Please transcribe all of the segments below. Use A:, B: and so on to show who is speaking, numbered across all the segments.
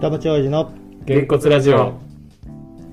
A: 田町親父の
B: げんこつラジオ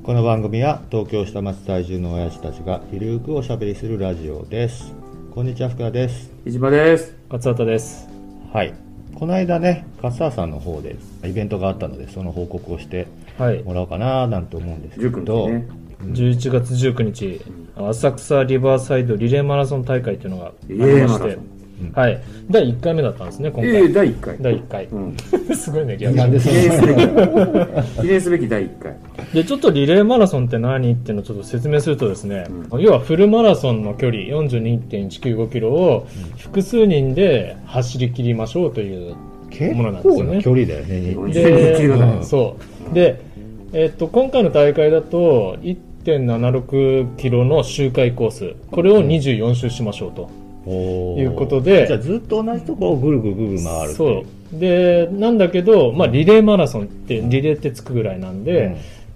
A: この番組は東京下町在住の親父たちがゆるくおしゃべりするラジオですこんにちは福田です
B: 飯島です松畑です
A: はいこの間ね勝沢さんの方でイベントがあったのでその報告をして
B: はい
A: もらおうかななんて思うんですけど、
C: 19日ね
B: 11月19日浅草リバーサイドリレーマラソン大会というのがあり
C: リレ
B: ま
C: ー
B: し
C: マラソ
B: て
C: ン、
B: はい第1回目だったんですね今回、
C: ええ第1回
B: 第1回
C: う、ん、
B: すごいねリア
A: な
B: ル
A: んで
C: 記
A: そ
C: 念す
A: の
C: べき記念すべき第1回
B: でちょっとリレーマラソンって何っていうのをちょっと説明するとですね、要はフルマラソンの距離42.195キロを複数人で走り切りましょうという
A: 結
B: ものなんです
A: 構
B: よ
A: な
B: ね
A: 距離だよね
C: うん
B: で、
C: 1.195だね
B: うんそうで、えっと今回の大会だと1.76キロの周回コースこれを24周しましょうと、
A: おー
B: いうことで
A: じゃあずっと同じとこをぐるぐるぐる回るってい
B: そうでなんだけど、まあ、リレーマラソンってリレーってつくぐらいなんで、
A: うん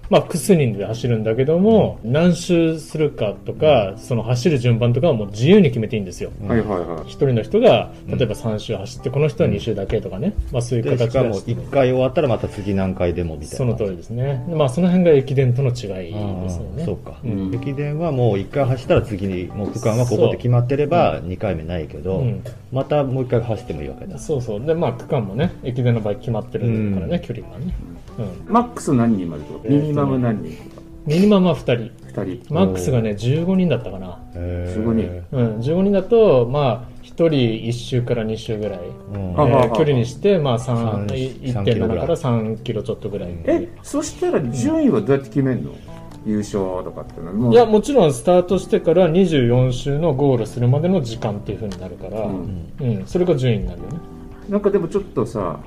B: まあ、複数人で走るんだけども何周するかとかその走る順番とかはもう自由に決めていいんですよ
A: うん
C: はいはいは
B: 一人の人が例えば3周走ってこの人は2周だけとかね、まあ、そういう
A: でし
B: 形
A: か
B: で
A: も
B: 走って
A: 1回終わったらまた次何回でもみたいな
B: その通りですね、まあ、その辺が駅伝との違い
A: ああ
B: ですよね
A: そうか、
B: うん
A: 駅伝はもう1回走ったら次にもう区間はここで決まってれば2回目ないけど、
B: うん
A: またもう1回走ってもいいわけだ
B: そうそうでまあ区間もね駅伝の場合決まってるからね、
A: うん
B: 距離がね、うん、
C: いマックス何人までとかミニマム何人とか
B: ミニマムは2
C: 2人
B: 人マックスがね15人だったかな
A: へ
C: すごいね
B: うん、15人だと、まあ、1人1周から2周ぐらい、
A: うん
B: え
C: あ
B: ー
C: はは
B: 距離にして、まあ、
A: 三
B: 3
A: 三キロぐらい
B: 1.7から3キロちょっとぐらい、
C: えそしたら順位はどうやって決めるの、優勝とかってのも
B: いやもちろんスタートしてから24周のゴールするまでの時間っていうふうになるから、
C: う
B: うんんそれが順位になるよね
C: なんかでもちょっとさ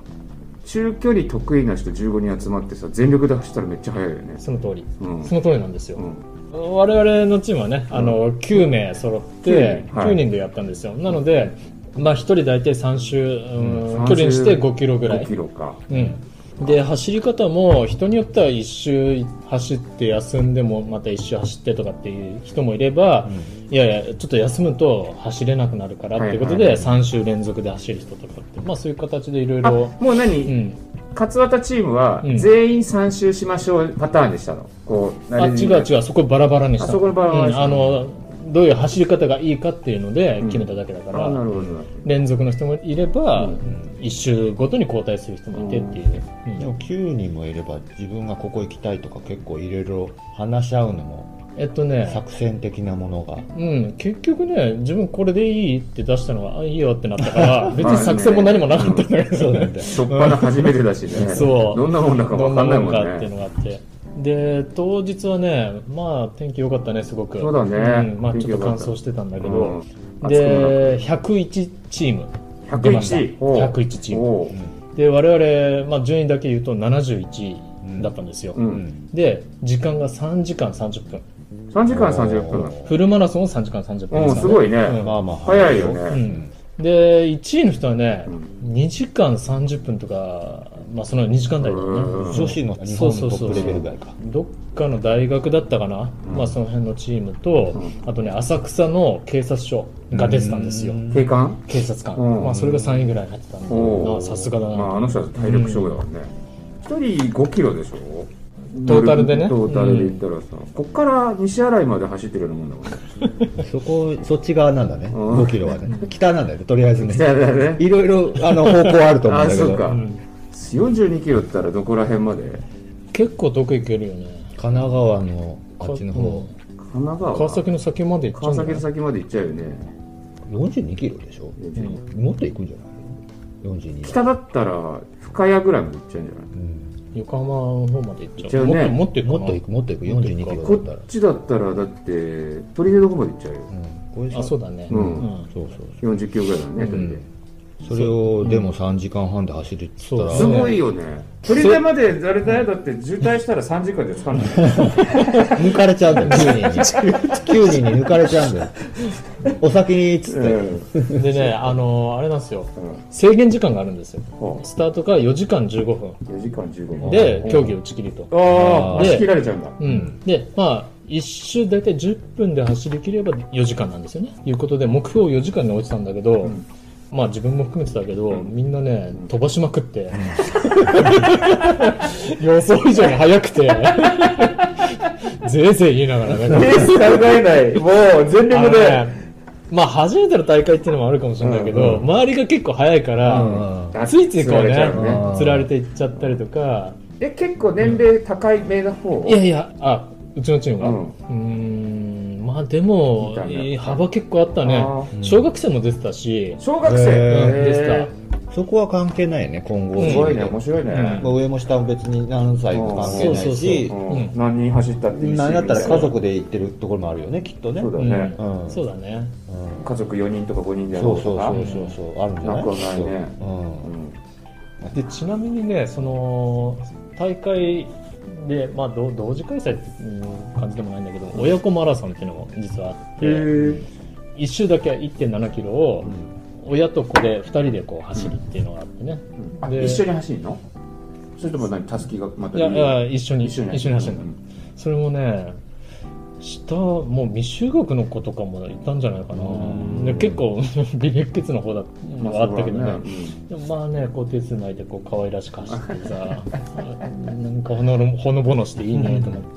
C: 中距離得意な人15人集まってさ全力で走ったらめっちゃ速いよね
B: その通り、
C: うん
B: その通りなんですよ、
C: うん
B: 我々のチームはね、あの9名揃って
C: 9人はい
B: 9人でやったんですよ、なので、まあ、1人大体3周、うん
C: うん
B: 距離にして
C: 30
B: 5キロぐらい
C: 5キロか
B: うん、で走り方も人によっては1周走って休んでもまた1周走ってとかっていう人もいれば、いやいやちょっと休むと走れなくなるからっていうこと
C: はい
B: で
C: はい
B: 3周連続で走る人とかって、まあ、そういう形でいろい
C: あ
B: ろ
C: もう何、勝俣チームは
B: うん
C: 全員3周しましょうパターンでしたの、こう
B: あ違う違うそこバラバラにした
C: あそこバラバラにした
B: うんあのどういう走り方がいいかっていうので決めただけだか
C: あ
B: ら、
C: なるほど
B: 連続の人もいれば、
C: うん
B: 1周ごとに交代する人もいてっていうね、うん
A: でも9人もいれば自分がここ行きたいとか結構いろいろ話し合うのも
B: えっとね
A: 作戦的なものが
B: うん、結局ね、自分これでいいって出したのが、あ、いいよってなったから、別に作戦も何もなかったんだけど、
A: なんだよ
C: 初っ端初めてだしね
B: そう
C: どんなもんだ か
B: ど
C: 分
B: ん
C: か
B: なん
C: ない
B: も
C: も
B: ん
C: ん
B: かっていうの
C: ね
B: があって。で、当日はね、まあ天気良かったね、すごく。
C: そうだね
B: うんまあちょっと乾
C: 天気良か
B: 燥
C: った
B: してたんだけ
C: うん
B: ど。
C: 暑くもなく
B: で、101チーム。出ました
C: 101おう
B: 101チーム。
C: おう
B: で、我々、まあ順位だけ言うと71だったんですよ。
C: うん
A: うん
B: で、時間が3時間30分。
C: 3時間30分なの
B: フルマラソンを3時間30分
C: うんすごいね
B: うん
A: まあまあ
C: 早いよ
B: う
C: ね、
B: んで1位の人はね、
C: うん
B: 2時間30分とか、まあ、その2時間台だよ
C: う
B: ね
C: ん
A: 女子の日
B: そ
A: 本
B: うそ
A: ト
B: うそ
A: ッ
B: う
A: プレベルぐらいか
B: どっかの大学だったかな、
C: うん
B: まあ、その辺のチームと、
C: う
B: あとね浅草の警察署が出てたんですよ、
A: うん
C: 定款
B: 警察官、
C: うん
B: まあ、それが3位ぐらいになってたんで、
C: お
B: あ
C: う
B: さすがだな、
C: まあ、あの人は体力勝負だからね、一人5キロでしょ
B: トータルでね
C: トータルで言ったらさ、こっから西新井まで走ってるようなもんだもんね
A: そこそっち側なんだね
C: うん
A: 5キロはね北なんだよねとりあえずね
C: 西新 井ね
A: いろいろあの方向あると思うん
C: あ
A: だけど
C: そうか、
A: 神
B: ん
C: 42キロって言ったらどこら辺まで
B: 結構遠く行けるよね
A: 奈川のあっちの
B: うん
A: 方
C: 神奈川
B: 川崎の先まで行っちゃう
C: 川
B: んだね
C: 崎の先まで行っちゃうよね
A: 42キロでしょ
B: ん
A: もっと行くんじゃない42
C: 北だったら深谷ぐらいまで行っちゃうんじゃない
A: うん
B: 横浜の方まで行っちゃう
C: 行っちゃうね
B: もっとも
A: も
B: っ
A: っと
B: と行
A: 行
B: く
A: くもっと行く
B: もっと
A: 42
B: 行
A: キ
B: く
A: ロだ
C: こ
A: ったら
C: っちだったらだって鳥出どこまで行っちゃうよ
A: うん
B: かなあそうだね
C: うん
B: うん
A: そうそう
C: 40キロぐらいだね鳥出、
A: それをでも3時間半で走るっつったら
B: そう
C: す
B: そう
C: ごいよね鳥出まであれだよだって渋滞したら3時間で着かない
A: 抜かれちゃうんだよ9人 に9人に抜かれちゃうんだよお先にっつって
B: でね、あのあれなんですよ、
C: うん
B: 制限時間があるんですよ、
C: ほう
B: スタートから4時間15分
C: 4時間15分
B: で、競技打ち切りと、
C: ああ
B: で
C: 足切られちゃうんだ
B: うん、で、まあ、1周大体10分で走り切れば4時間なんですよね。いうことで、目標4時間に落ちたんだけど、まあ自分も含めてだけど、
C: うん
B: みんなね、飛ばしまくって、 予想以上に速くて、 ぜいぜい言いながら
D: ペ
B: ね。
D: ース考えない。もう全力
B: あの
D: で。
B: ねまあ初めての大会っていうのもあるかもしれないけど、
D: うんうん
B: 周りが結構速いから、
D: うんうん
B: ついついこうね
C: 釣られちゃう
D: うん
B: 釣られていっちゃったりとか、
C: え結構年齢高い目の方
B: いやいや、あ、うちのチームが。
C: う
B: うんーん、んまあでも
C: みたいな、
B: えー幅結構あったね
C: あー。
B: 小学生も出てたし、
C: 小学
A: へ
C: 生
A: ー
B: うんでした。
A: そこは関係ないよね今後、
B: うん
C: すごいね面白いね、
B: うん
A: まあ上も下も別に何歳も関係ないし
C: う
B: うんん
C: 何人走ったっていいし
A: 何だったら
C: みいな
A: 家族で行ってるところもあるよねきっとね
C: そうだ
A: ん
C: ね、
A: うん
B: そうだね。
A: うん
C: 家族4人とか5人でや
A: そ
C: ろ
A: う
C: う
A: そ
C: と
A: う
C: か
A: そうそうそうあるんじゃな
C: ないくはないね
A: うん
B: で、ちなみにね、その、大会で、まあど同時開催っていう感じでもないんだけど、親子マラソンっていうのも実はあって、
C: へ
B: 1周だけ1.7キロを
A: うん、
B: 親と子で2人でこう走るっていうのがあってね。
C: あ
B: で
C: 一緒に走るのそれとも何たすきがまた
B: いやいや、一緒に、
C: 一緒に
B: 一緒に走るの。それもね下もう未就学の子とかもいたんじゃないかな
C: うん
B: で結構 微熱血の方だ
C: ま
B: あったけどね,、
C: それはうん
B: でもまあねこう手つないでこう可愛らしく走ってさ なんかほのほのぼのしていいねと思って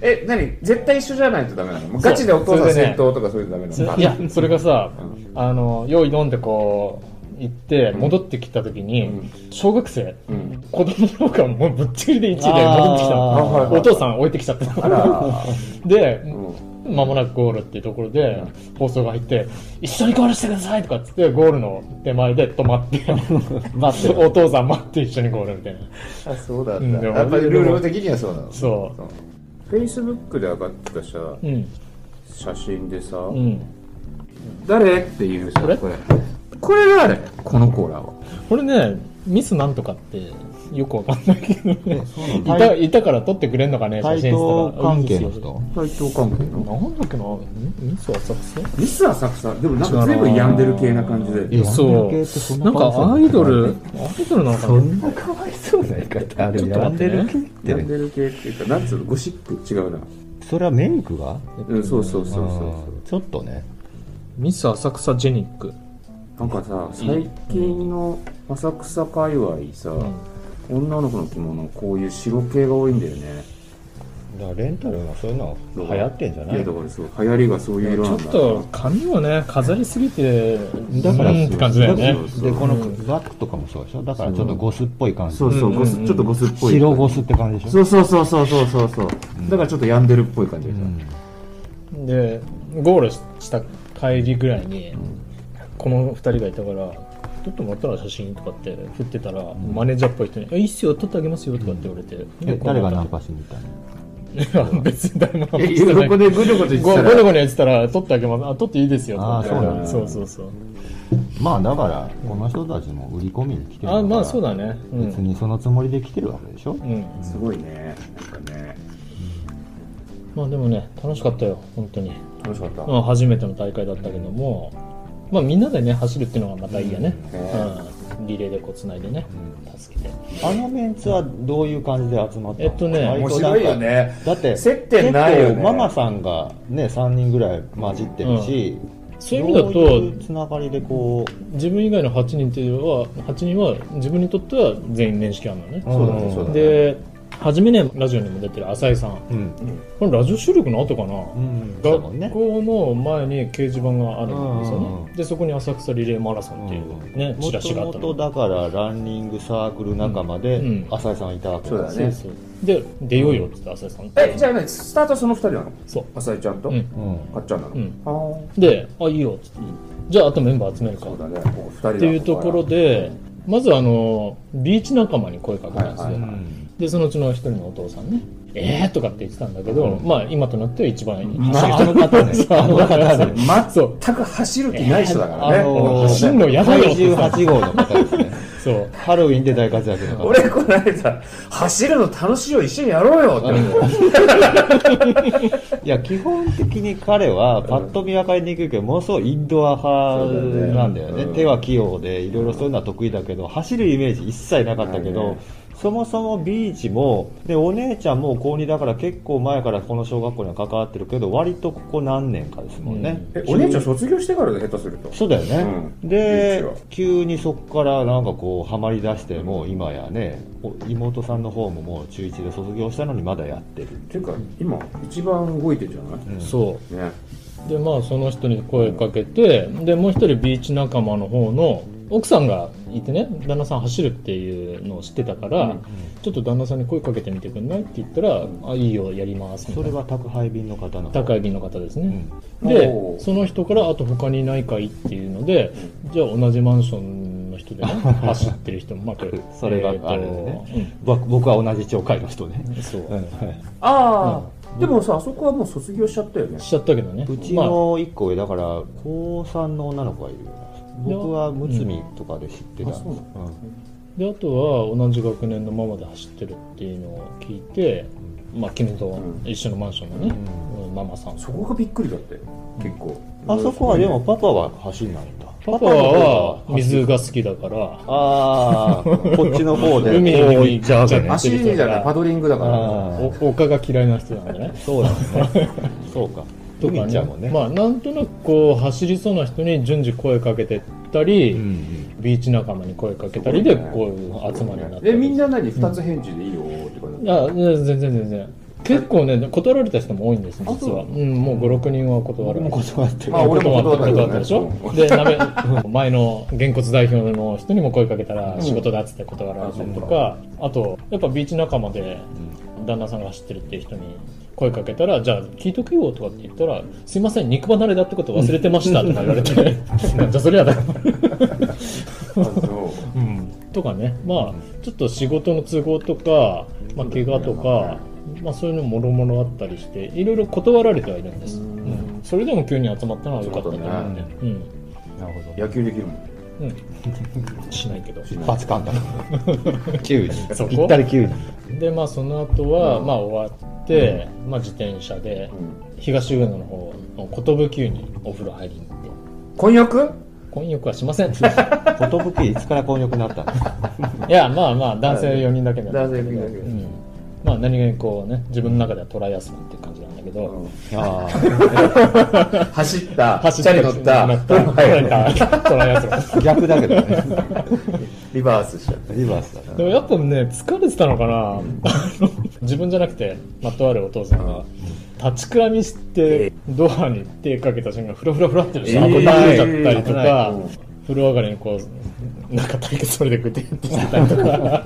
C: え何絶対一緒じゃないとダメなのもうガチでお父さん
B: それでね
C: 先頭とかそういうのダメな
B: そ
C: の
B: いやそれがさ
C: うん
B: あの用意飲んでこう行って
C: ん
B: 戻ってきた時に、
C: うん
B: 小学生
C: うん
B: 子供の方がもうぶっちぎりで1位で戻ってきた
C: あー
B: の
C: はいはい
B: お父さん置いてきちゃった
C: あら、
B: で、
C: うん
B: まもなくゴールっていうところで放送が入って、一緒にゴールしてくださいとかっつって、ゴールの手前で止まって、
A: 待ってる
B: お父さん待って一緒にゴールみたいな。
C: あそうだっ
B: うん
C: た
B: でも
C: やっぱりルール的にはそうなの
B: そ
C: フェイスブックで上がってたさ
B: う。うん。
C: 写真でさ、
B: うん。
C: 誰っていうさ
B: これ
C: これこれ誰このコーラは
B: これね、ミスなんとかってよくわかんないけどね。
A: そうなん
B: い
A: だ
B: た、いたから撮ってくれんのかね、写
A: 対
B: 真
A: 等
B: 室とか
A: 関係の
B: うん
A: 人
C: 対等関係の
B: なんだっけな、んミス浅草
C: ミス浅草でもなんか随分病んでる系な感じで
B: いやそうなんかアイドル、アイドルなのかな
A: かわいそうな言い方あれ
B: ちょっと
A: やん
B: 待
A: で
B: ってね
A: る気っ
C: 病
A: て
C: んでる系っていうかなんつうのゴシック違うな
A: それはメイクが
C: うんそうそうそうそう
A: うんちょっとね
B: ミス浅草ジェニック。
C: なんかさ最近の浅草界隈さ、女の子の着物こういう白系が多いんだよね
A: だからレンタルがそういうの流行ってんじゃない
C: やだからそう流行りがそういう色
B: ち
C: な
B: ょ
C: ん
B: っ
C: だ
B: と髪をね、飾りすぎて、
A: だから
B: うんって感じだよね。
A: でこのバッグとかもそうでしょだからちょっとゴスっぽい感じ
C: そうそう、ゴ
B: うんうん
C: ス
B: うん
C: ちょっとゴスっぽい
A: 白ゴスって感じでし
C: そ
A: ょ
C: うそうそうそうそうそうそうだからちょっと病んでるっぽい感じで
A: う
C: さ、
A: ん
B: でゴールした帰りぐらいに、この2人がいたから撮ってもらったら写真とかって振ってたら、マネージャーっぽい人に「えいいっすよ撮ってあげますよ」とかって言われて、
A: え誰がナン
B: か
A: パしに行ったの
B: 別に誰もナンパ
C: え
B: してない
C: 横でぐちょぐちょ言っ
B: ゴ
C: てた
B: ゴ
C: ら
B: リゴリやってたら撮ってあげますあ撮っていいですよとか
A: あーそうなん
C: だ
B: そうそうそう
A: まあだからこの人たちも売り込みに来てるんだから
B: あまあそうだねう
A: 別
B: ん、
A: にそのつもりで来てるわけでしょ
B: うん、
C: すごいねなんかね
B: まあでもね楽しかったよ本当に、
C: 楽しかった、
B: まあ、初めての大会だったけどもまあみんなでね走るっていうのがまたいいよね、
C: う
B: うんんリレーでこうつないでね、助けて
A: あのメンツはどういう感じで集まったの
B: えっとね
A: 割
C: 面
A: となんか
C: 白いよね
A: だって
C: 接点ないよね
A: 結構ママさんがね3人ぐらい混じってるし、
B: そういう意味だ
A: どう
B: と
A: いうつながりでこう
B: 自分以外の8人っていうのは8人は自分にとっては全員面識あるのね、
A: そうだね
C: ん
A: そうだね
B: で初めねラジオにも出てる浅井さん
A: うん
B: これラジオ収録の後かな、
A: うんそうだもんね
B: 学校の前に掲示板があるんですよ
A: うんうんう
B: ねでそこに浅草リレーマラソンっていうね、チ
A: も
B: ラシ
A: と
B: があっ
A: も
B: た
A: と
B: の
A: だからランニングサークル仲間で
B: うんうん
A: 浅井さんはいたわけ
C: そうだ
B: そう
C: ね
B: そうで出ようよって言って浅井さん
C: えじゃあねスタートその二人なの
B: そう
C: 浅井ちゃんと、
B: うん
A: うん
C: かっちゃんなの、
B: うん
C: あ
B: であいいよって言って、じゃああとメンバー集める
C: あ
B: か
C: そう
B: っ
C: だねこう二人って
B: いうところでまずあのビーチ仲間に声かけたんですよ、
C: はいはいはい
B: でそのうちの一人のお父さんねえーとかって言ってたんだけど、まあ今となっては一番走
A: ああの方ね
B: そうあの方ね
C: 全く走る気ない人だからね、
B: あのー
C: 走
B: 走
C: ん
B: ん
C: の
B: のやだよ
A: 体 重8号の方ですね
B: そう
A: ハロウィンで大活躍の方
C: 俺この間走るの楽しいよ一緒にやろうよって思う
A: いや基本的に彼はパッと見分かりにくいけどものすごいインドア派なんだよね
C: そうだよねうん
A: 手は器用でいろいろそういうのは得意だけど走るイメージ一切なかったけど、
C: ないね
A: そもそもビーチもでお姉ちゃんも高2だから結構前からこの小学校には関わってるけど割とここ何年かですもんね、
C: えお姉ちゃん卒業してからで下手すると
A: そうだよね、
C: う
A: で
C: んビーチは
A: 急にそこからなんかこうはまりだしてもう今やねお妹さんの方ももう中1で卒業したのにまだやってる
C: っていうか今一番動いてるじゃない、
B: そう
C: ね
B: でまあその人に声かけてでもう一人ビーチ仲間の方の奥さんがいてね旦那さん走るっていうのを知ってたから、
C: うん
B: ちょっと旦那さんに声かけてみてくんないって言ったら「あいいよやります」みた
A: そ
B: い
A: れ
B: な
A: は宅配便の方の
B: 高い便の方です
A: う
B: ね、
A: ん
C: お
B: で
C: ー
B: その人から「あと他にいないかい?」っていうのでじゃあ同じマンションの人でね走ってる人もまあこれ
A: それが
B: えーと
A: あれだねぼ僕は同じ町会の人ね、
B: うんそう、
A: うんはい
C: ああ、でもさあそこはもう卒業しちゃったよね
B: しちゃったけどね
A: うち
B: まあ
A: の1個上だから高3の女の子がいるよ僕はむつみとかで知ってたんです、
C: うんあ
A: うん
B: であとは同じ学年のママで走ってるっていうのを聞いて、まあ、君と一緒のマンションのね、うんママさん
C: そこがびっくりだったよ結構
A: あそこはでもパパは走んないんだ
B: パパは水が好きだから
A: ああこっちの方で
B: 海に
A: こう
B: 行っちゃう
A: か
B: からら
A: ね
B: ね
C: 足じゃないパドリングだから
A: あー
B: お丘が嫌いな人なんでね
A: そうなんですねそうか
B: とか
A: 海ちゃんもね、
B: まあ、なんとなくこう走りそうな人に順次声かけてったり、
A: うんうん
B: ビーチ仲間に声かけたりです
C: ごいね
B: こういう集まりになった
C: え
B: り
C: みんな何二つ返事でいいよって感
B: い
C: じ
B: や全然全然結構ね断られた人も多いんです
C: あ
B: 実
C: そう
B: はうんもう56人は断
A: 僕
B: られ
A: も
B: て
A: 断ってる
C: まあ俺も断ったけどね
B: でしょで、なめ、前のげんこつ代表の人にも声かけたら
C: ん
B: 仕事だっつって断られたりとか、あと、やっぱビーチ仲間で旦那さんが走ってるっていう人に声かけたら、じゃあ聞いとくよとかって言ったら、すいません、肉離れだってこと忘れてました とか言われて、じゃあそれやだ。
C: あそう
B: とかね、まあ、ちょっと仕事の都合とか、まあ、怪我とか、まあ、そういうのもろもろあったりして、いろいろ断られてはいるんです。うんそれでも急に集まったのは良かったと思うんで。
C: そうだ
B: うん
A: なるほ
C: 野球できるもん
B: うん、しないけど
A: ど一発簡単9
B: そ
A: 人
B: こ
A: ぴったり9人
B: でまあその後は、まあ終わって、まあ自転車で
C: うん
B: 東上野の方の寿湯にお風呂入りに行って
C: 婚約
B: 婚浴はし ませんい
A: 寿いつから婚約になったんですか
B: やまあまあ男性4人だけなんだ
C: 男
B: け
C: 性
B: ど
C: 的だけど
B: うん、まあ何気にこうね自分の中ではトライアスロンっていう感じなんだけど、
A: あ
C: 走った
B: 走
C: 走
B: っ
C: ったた
B: り
C: り乗った
B: 乗ったなんかトライアスロン
A: あ逆だけどね
C: リバースしちゃった
A: リバースだな
B: でもやっぱね疲れてたのかなあの自分じゃなくてまあとあるお父さんが立ちくらみしてドアに手かけた瞬間フラフラフラってるし、
C: えー
B: 運び入れちゃったりと
A: 危な
B: か、風呂上がりにこうなんか体育それでグテンとしてたりとか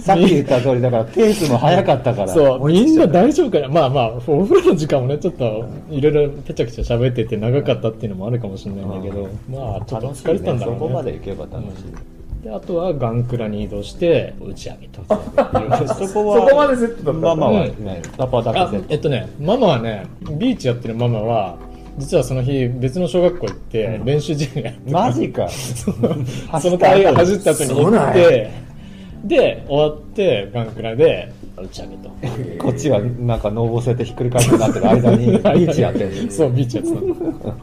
A: さっき言った通りだからペースも速かったから
B: そうみんな大丈夫かなまあまあお風呂の時間もねちょっといろいろぺちゃくちゃ喋ってて長かったっていうのもあるかもしれないんだけど、まあちょっと
A: 楽しい
B: 疲れてたんだろう
A: そ
B: ね
A: こまで行けば楽しい、
B: であとはガンクラに移動して打ち上げと
A: そこ
C: そこまでセットだった
A: ママは、
B: うん
A: ねパパだ
B: あ
A: けで
B: えっとねママはねビーチやってるママは実はその日別の小学校行って練習試合やって
A: マジか
B: たその帰りを走った後に
C: そう
B: 行
C: な
B: っ
C: んや
B: てで終わってガンクラで打ち上げと
A: こっちはなんかノーボスやってひっくり返ってなってる間にビーチやってる
B: そうビーチやってたの
A: すごいね、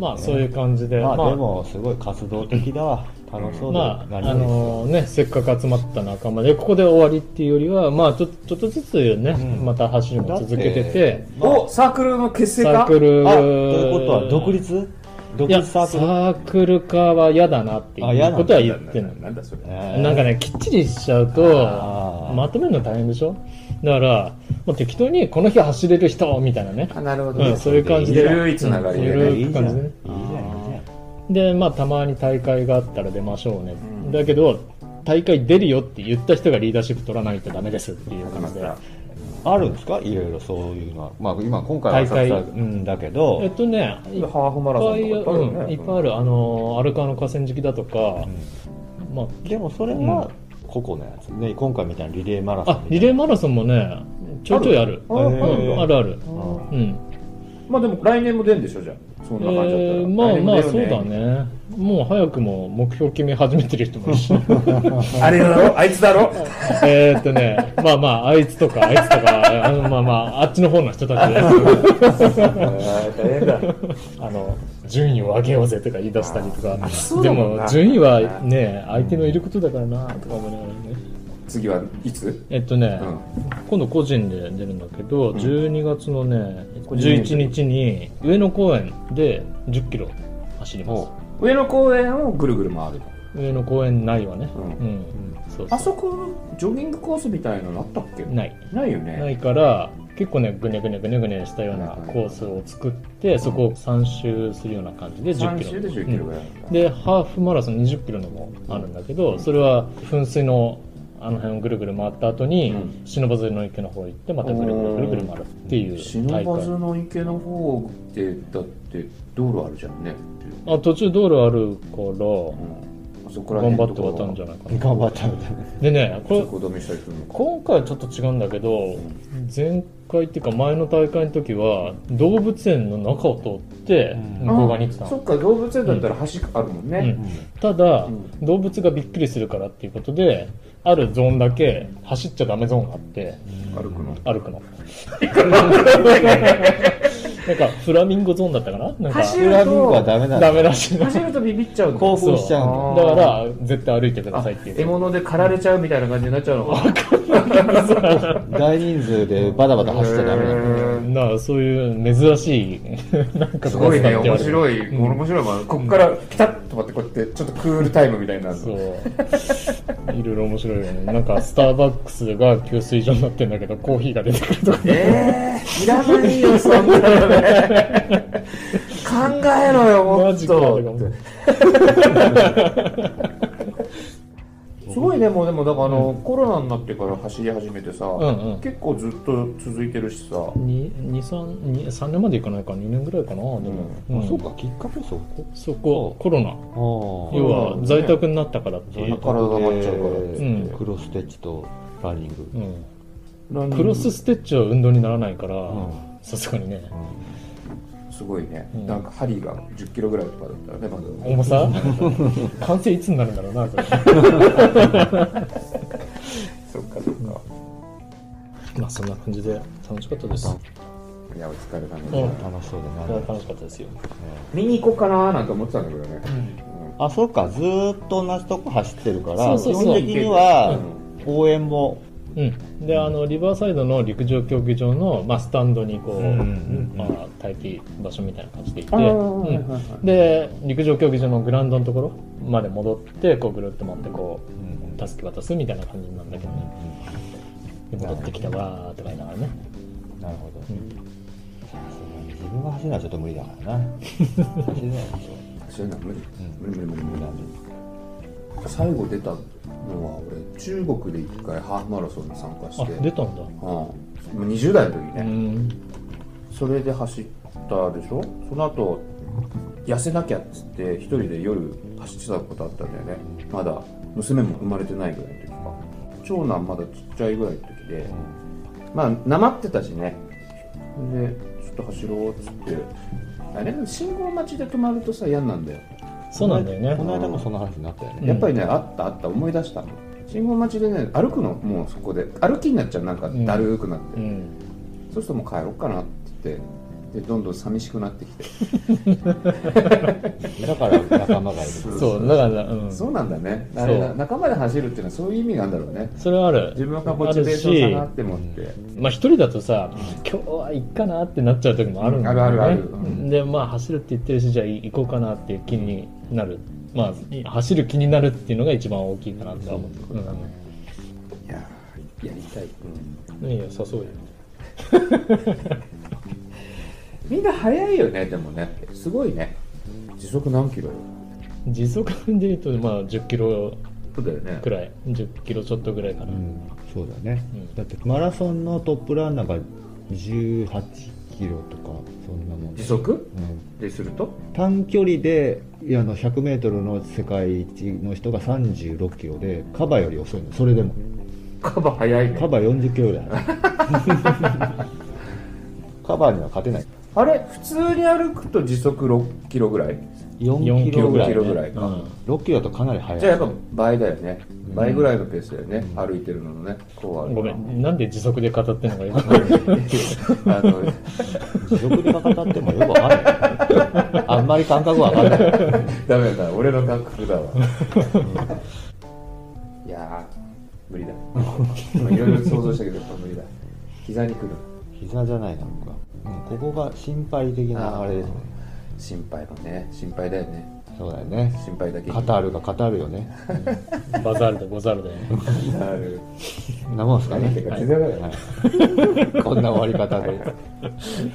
B: まあそういう感じで
A: まあ
B: まあ
A: でもすごい活動的だわ楽しそうで
B: まあ、
A: 何よ
B: あ
A: りですよ
B: のね、せっかく集まった仲間で、ここで終わりっていうよりは、まあ、ちょちょっとずつね、
A: うん
B: また走りも続けてて、
A: まあ
C: おサークルの結成か
B: サークル、
A: あということは独立独
B: いや
A: 立
B: サ
A: サークル
B: ークル化は嫌だなってい
A: あ嫌なんだ
B: うことは言ってる
C: なんだそれ
A: えー
B: なんかねきっちりしちゃ
A: あ
B: うと
A: ー
B: まとめるの大変でしょだからもう適当にこの日走れる人みたいなね
C: あなるほど
B: う
C: ね、
B: ん、そういう感じで
C: ゆるいつながりでね
B: うん
A: い
B: ゆ
A: い
B: るい
A: じゃん
B: 感
A: いい
B: じ
A: じ
B: で
A: ゃんいいじゃん
B: ねでまあたまに大会があったら出ましょうね、
C: うん
B: だけど大会出るよって言った人がリーダーシップ取らないとダメですっていう感じで
A: あるんですかいろいろそういうのはまあ今今回は
B: 大会
A: 浅草うんだけ
B: えっ
A: ど
B: とねいっ
C: ハーフマ
B: ぱ
C: ラソン
B: い,、
C: とかいっぱいあるよね、
B: うん、いっぱいあるあのアルカの河川敷だとか、まあ
A: でもそれは個々のやつね今回みたいなリレーマラソン
B: あ
A: みたい
B: リ
A: な
B: レーマラソンもねちょいちょいある
C: ある
A: あ
B: う
A: あ
B: んあ
A: るんだ
B: るある
A: うん
B: うん
C: まあでも来年も出るんでしょじゃあそんな感じだったら、
B: えーまあまあそうだ
C: 来年も出るよ
B: ねもう早くも目標決め始めてる人もいる し
C: あれだろあいつ だろ
B: えーっとねまあまああいつとかあいつとかあのまあまああっちの方の人たちで
C: 大変だ
B: あの順位を上げようぜとか言い出したりとか
C: そう
B: で
C: だもんな
B: も順位はね相手のいることだからなとか思いながらね
C: 次はいつ
B: えっとね、
C: うん
B: 今度個人で出るんだけど、
C: ん
B: 12月のね
C: 個人練習
B: 11日に上野公園で1 0キロ走ります
C: 上野公園をぐるぐる回るの
B: 上野公園ないわね
C: うん
B: うん、そうそう
C: あそこジョギングコースみたいなのあったっけ
B: ない
C: ないよね
B: ないから結構ねぐねぐねぐねぐねしたようなコースを作って、そこを3周するような感じで1 0
C: 3
B: キロ
C: 周で1 0キロぐらいなんだ、
B: でハーフマラソン2 0キロのもあるんだけどそれは噴水のあの辺をぐるぐる回った後に、
C: う
B: 不忍ばずの池の方行ってまたぐるぐるぐるぐる回るっていう大
C: 忍ばず
B: 会
C: の池の方ってだって道路あるじゃんね、
B: あ途中道路あるか
C: うん、あそこ
B: ら
C: ら
B: 頑
C: 辺
B: 張
C: の
B: って
C: ところ
B: 渡るんじゃないかな
A: 頑張ったみたいな
B: でねこれ
C: 通行止めしたりするのか
B: 今回はちょっと違うんだけど前回っていうか前の大会の時は動物園の中を通って
A: うん
B: 向こう側に行ってた
C: あ
B: の
C: そっか動物園だったら橋あるもん
B: う
C: ね、
B: んただ、
C: うん
B: 動物がびっくりするからっていうことであるゾーンだけ走っちゃダメゾーンがあって
C: 歩くの
B: 歩くの なんかフラミンゴゾーンだったかななんか
C: 走
A: フラミンゴはダメなんだ
B: ダメらしいな
C: 走るとビビっちゃうの
A: 興奮しちゃうんだ
C: あ
B: だから絶対歩いてくだ
C: あ
B: さいってい
C: 獲
B: う
C: 物で狩られちゃうみたいな感じになっちゃうのかな
A: 大人数でバタバタ走っちゃダメなんだよ
C: へー
B: なあそういう珍しい なんか
C: すごいね面
B: い
C: 白い、
B: ん
C: 面白いわこっからピタッと待ってこうやってちょっとクールタイムみたいになるの
B: そういろいろ面白いよねなんかスターバックスが給水所になってんだけどコーヒーが出てくるとか
C: えー、いらないよそんなのね考えろよも
B: マ
C: っ
B: ジかとか
C: と
B: 思って
C: すごいねもうでもだからあの、コロナになってから走り始めてさ、
B: んうん
C: 結構ずっと続いてるしさ、
B: 3年までいかないから2年ぐらいかなでも、
A: あ
B: うん
A: そうかきっかけそこ
B: そこコロナ
A: あ
B: 要
A: あ
B: は在宅になったからっていう、
C: 体が張っちゃうからっつって、
B: うん
A: クロステッチとランニング、
B: うん、
C: ランニング
B: クロスステッチは運動にならないから
A: ん
B: さすがにね
C: すごいね、
B: うん
C: なんか針が1 0キロぐらいとかだったらねまだ
B: 重 さ完成いつになるんだろうなそれ
C: そっかそっか、
B: まあそんな感じで楽しかったです
C: いやお疲れ様で
B: う
C: し
B: ん
A: 楽しそうだな、
B: 楽しかったですよ
C: た見に行こうかなーなんて思ってたんだけどね、
A: あそうかずーっと同じとこ走ってるから
B: そうそうそう
A: 基本的には応援も、
B: うん、であのリバーサイドの陸上競技場の、まあ、スタンドにこう、まあ、待機場所みたいな感じで行って、うんで陸上競技場のグラウンドのところまで戻ってこうぐるっと回ってこう
A: うん
B: 助け渡すみたいな感じなんだけどねで戻ってきたわーとか言いながらね、
A: なるほど、
B: うん
A: 自分が走るのはちょっと無理だからな走れないでしょ
C: そういうのは無理
A: う
C: 無理無理無理無理最後出たのは俺中国で1回ハーフマラソンに参加し
B: あ
C: て
B: 出たんだ
C: うん、もう20代の時ね、
B: うん
C: それで走ったでしょその後痩せなきゃっつって一人で夜走ってたことあったんだよねまだ娘も生まれてないぐらいの時か長男まだちっちゃいぐらいの時でまあなまってたしねでちょっと走ろうっつってあれ信号待ちで止まるとさ嫌なんだよ
B: そうなんだよね
A: この間もそんな話になったよね、
C: やっぱりね、あったあった思い出した信号待ちでね歩くのもうそこで歩きになっちゃうなんかだるーくなっ
B: う
C: て、
B: ん
C: そうするともう帰ろうかなって言ってでどんどん寂しくなってきて
A: だから仲間がいる
B: そうだから、うん、
C: そうなんだね
B: そう
C: あれな仲間で走るっていうのはそういう意味なんだろうね
B: それはある
C: 自分がモチベーション下がってもって
B: まあ一人だとさ今日はいっかなってなっちゃう時もあるんだよね、
C: あるあるあるうん
B: でまあ走るって言ってるしじゃあ行こうかなっていう気になるまあ走る気になるっていうのが一番大きいかなとは思ってる、
C: いやーやりたい、
B: うん、いいよ誘うよ
C: みんな早いよねでもねすごいね時速何キロよ
B: 時速で言うとまあ1 0キロ
C: そうだよね
B: くらい1 0キロちょっとぐらいかな、
A: うんそうだね、
B: うん
A: だってマラソンのトップランナーが18キロとかそんなもん
C: 時速
A: うん
C: ですると
A: 短距離でいやあの 100m の世界一の人が36キロでカバより遅いのそれでも
C: カバ早いね
A: カバ40キロぐらい あるカバには勝てない
C: あれ普通に歩くと時速6キロぐらい
A: 4キロぐらい、ね、
C: 4キロぐらいか
B: うん
A: 6キロだとかなり速い
C: じゃあやっぱ倍だよね倍ぐらいのペースだよね、歩いてるののねこう歩
B: ご
C: く
B: めんなんで時速で語ってんのかよくわかんない
C: あの
A: 持続で語ってもよくわかんないあんまり感覚わかん ない
C: ダメだ俺の感覚だわいやー無理だまあいろいろ想像したけどやっぱ無理だ膝にくる
A: 膝じゃないな僕は、うん、ここが心配的なあれですね
C: 心配だね心配だよね
A: そうだよね
C: 心配だけに
A: カタールがカタールよね
B: バザールだ、バザールだよね。
C: なる
A: そんなもんですか
C: 何て
A: ね
C: か膝がよ
A: はいこんな終わり方で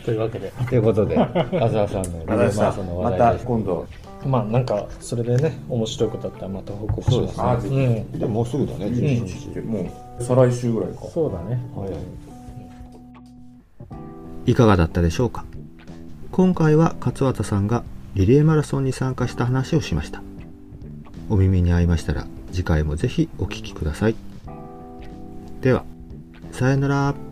B: というわけで。
A: ということで浅田さんのリレ
C: ま
A: ーマラソンの話題
C: た
A: です
C: 今度
B: まあなんか、それでね、面白いことあったらまた報告します。
C: ああぜひ
B: うん。
A: でももうすぐだね11日、
C: もう再来週ぐらいか
B: そうだね。
A: いかがだったでしょうか今回は勝俣さんがリレーマラソンに参加した話をしましたお耳に合いましたら次回もぜひお聞きくださいではさよなら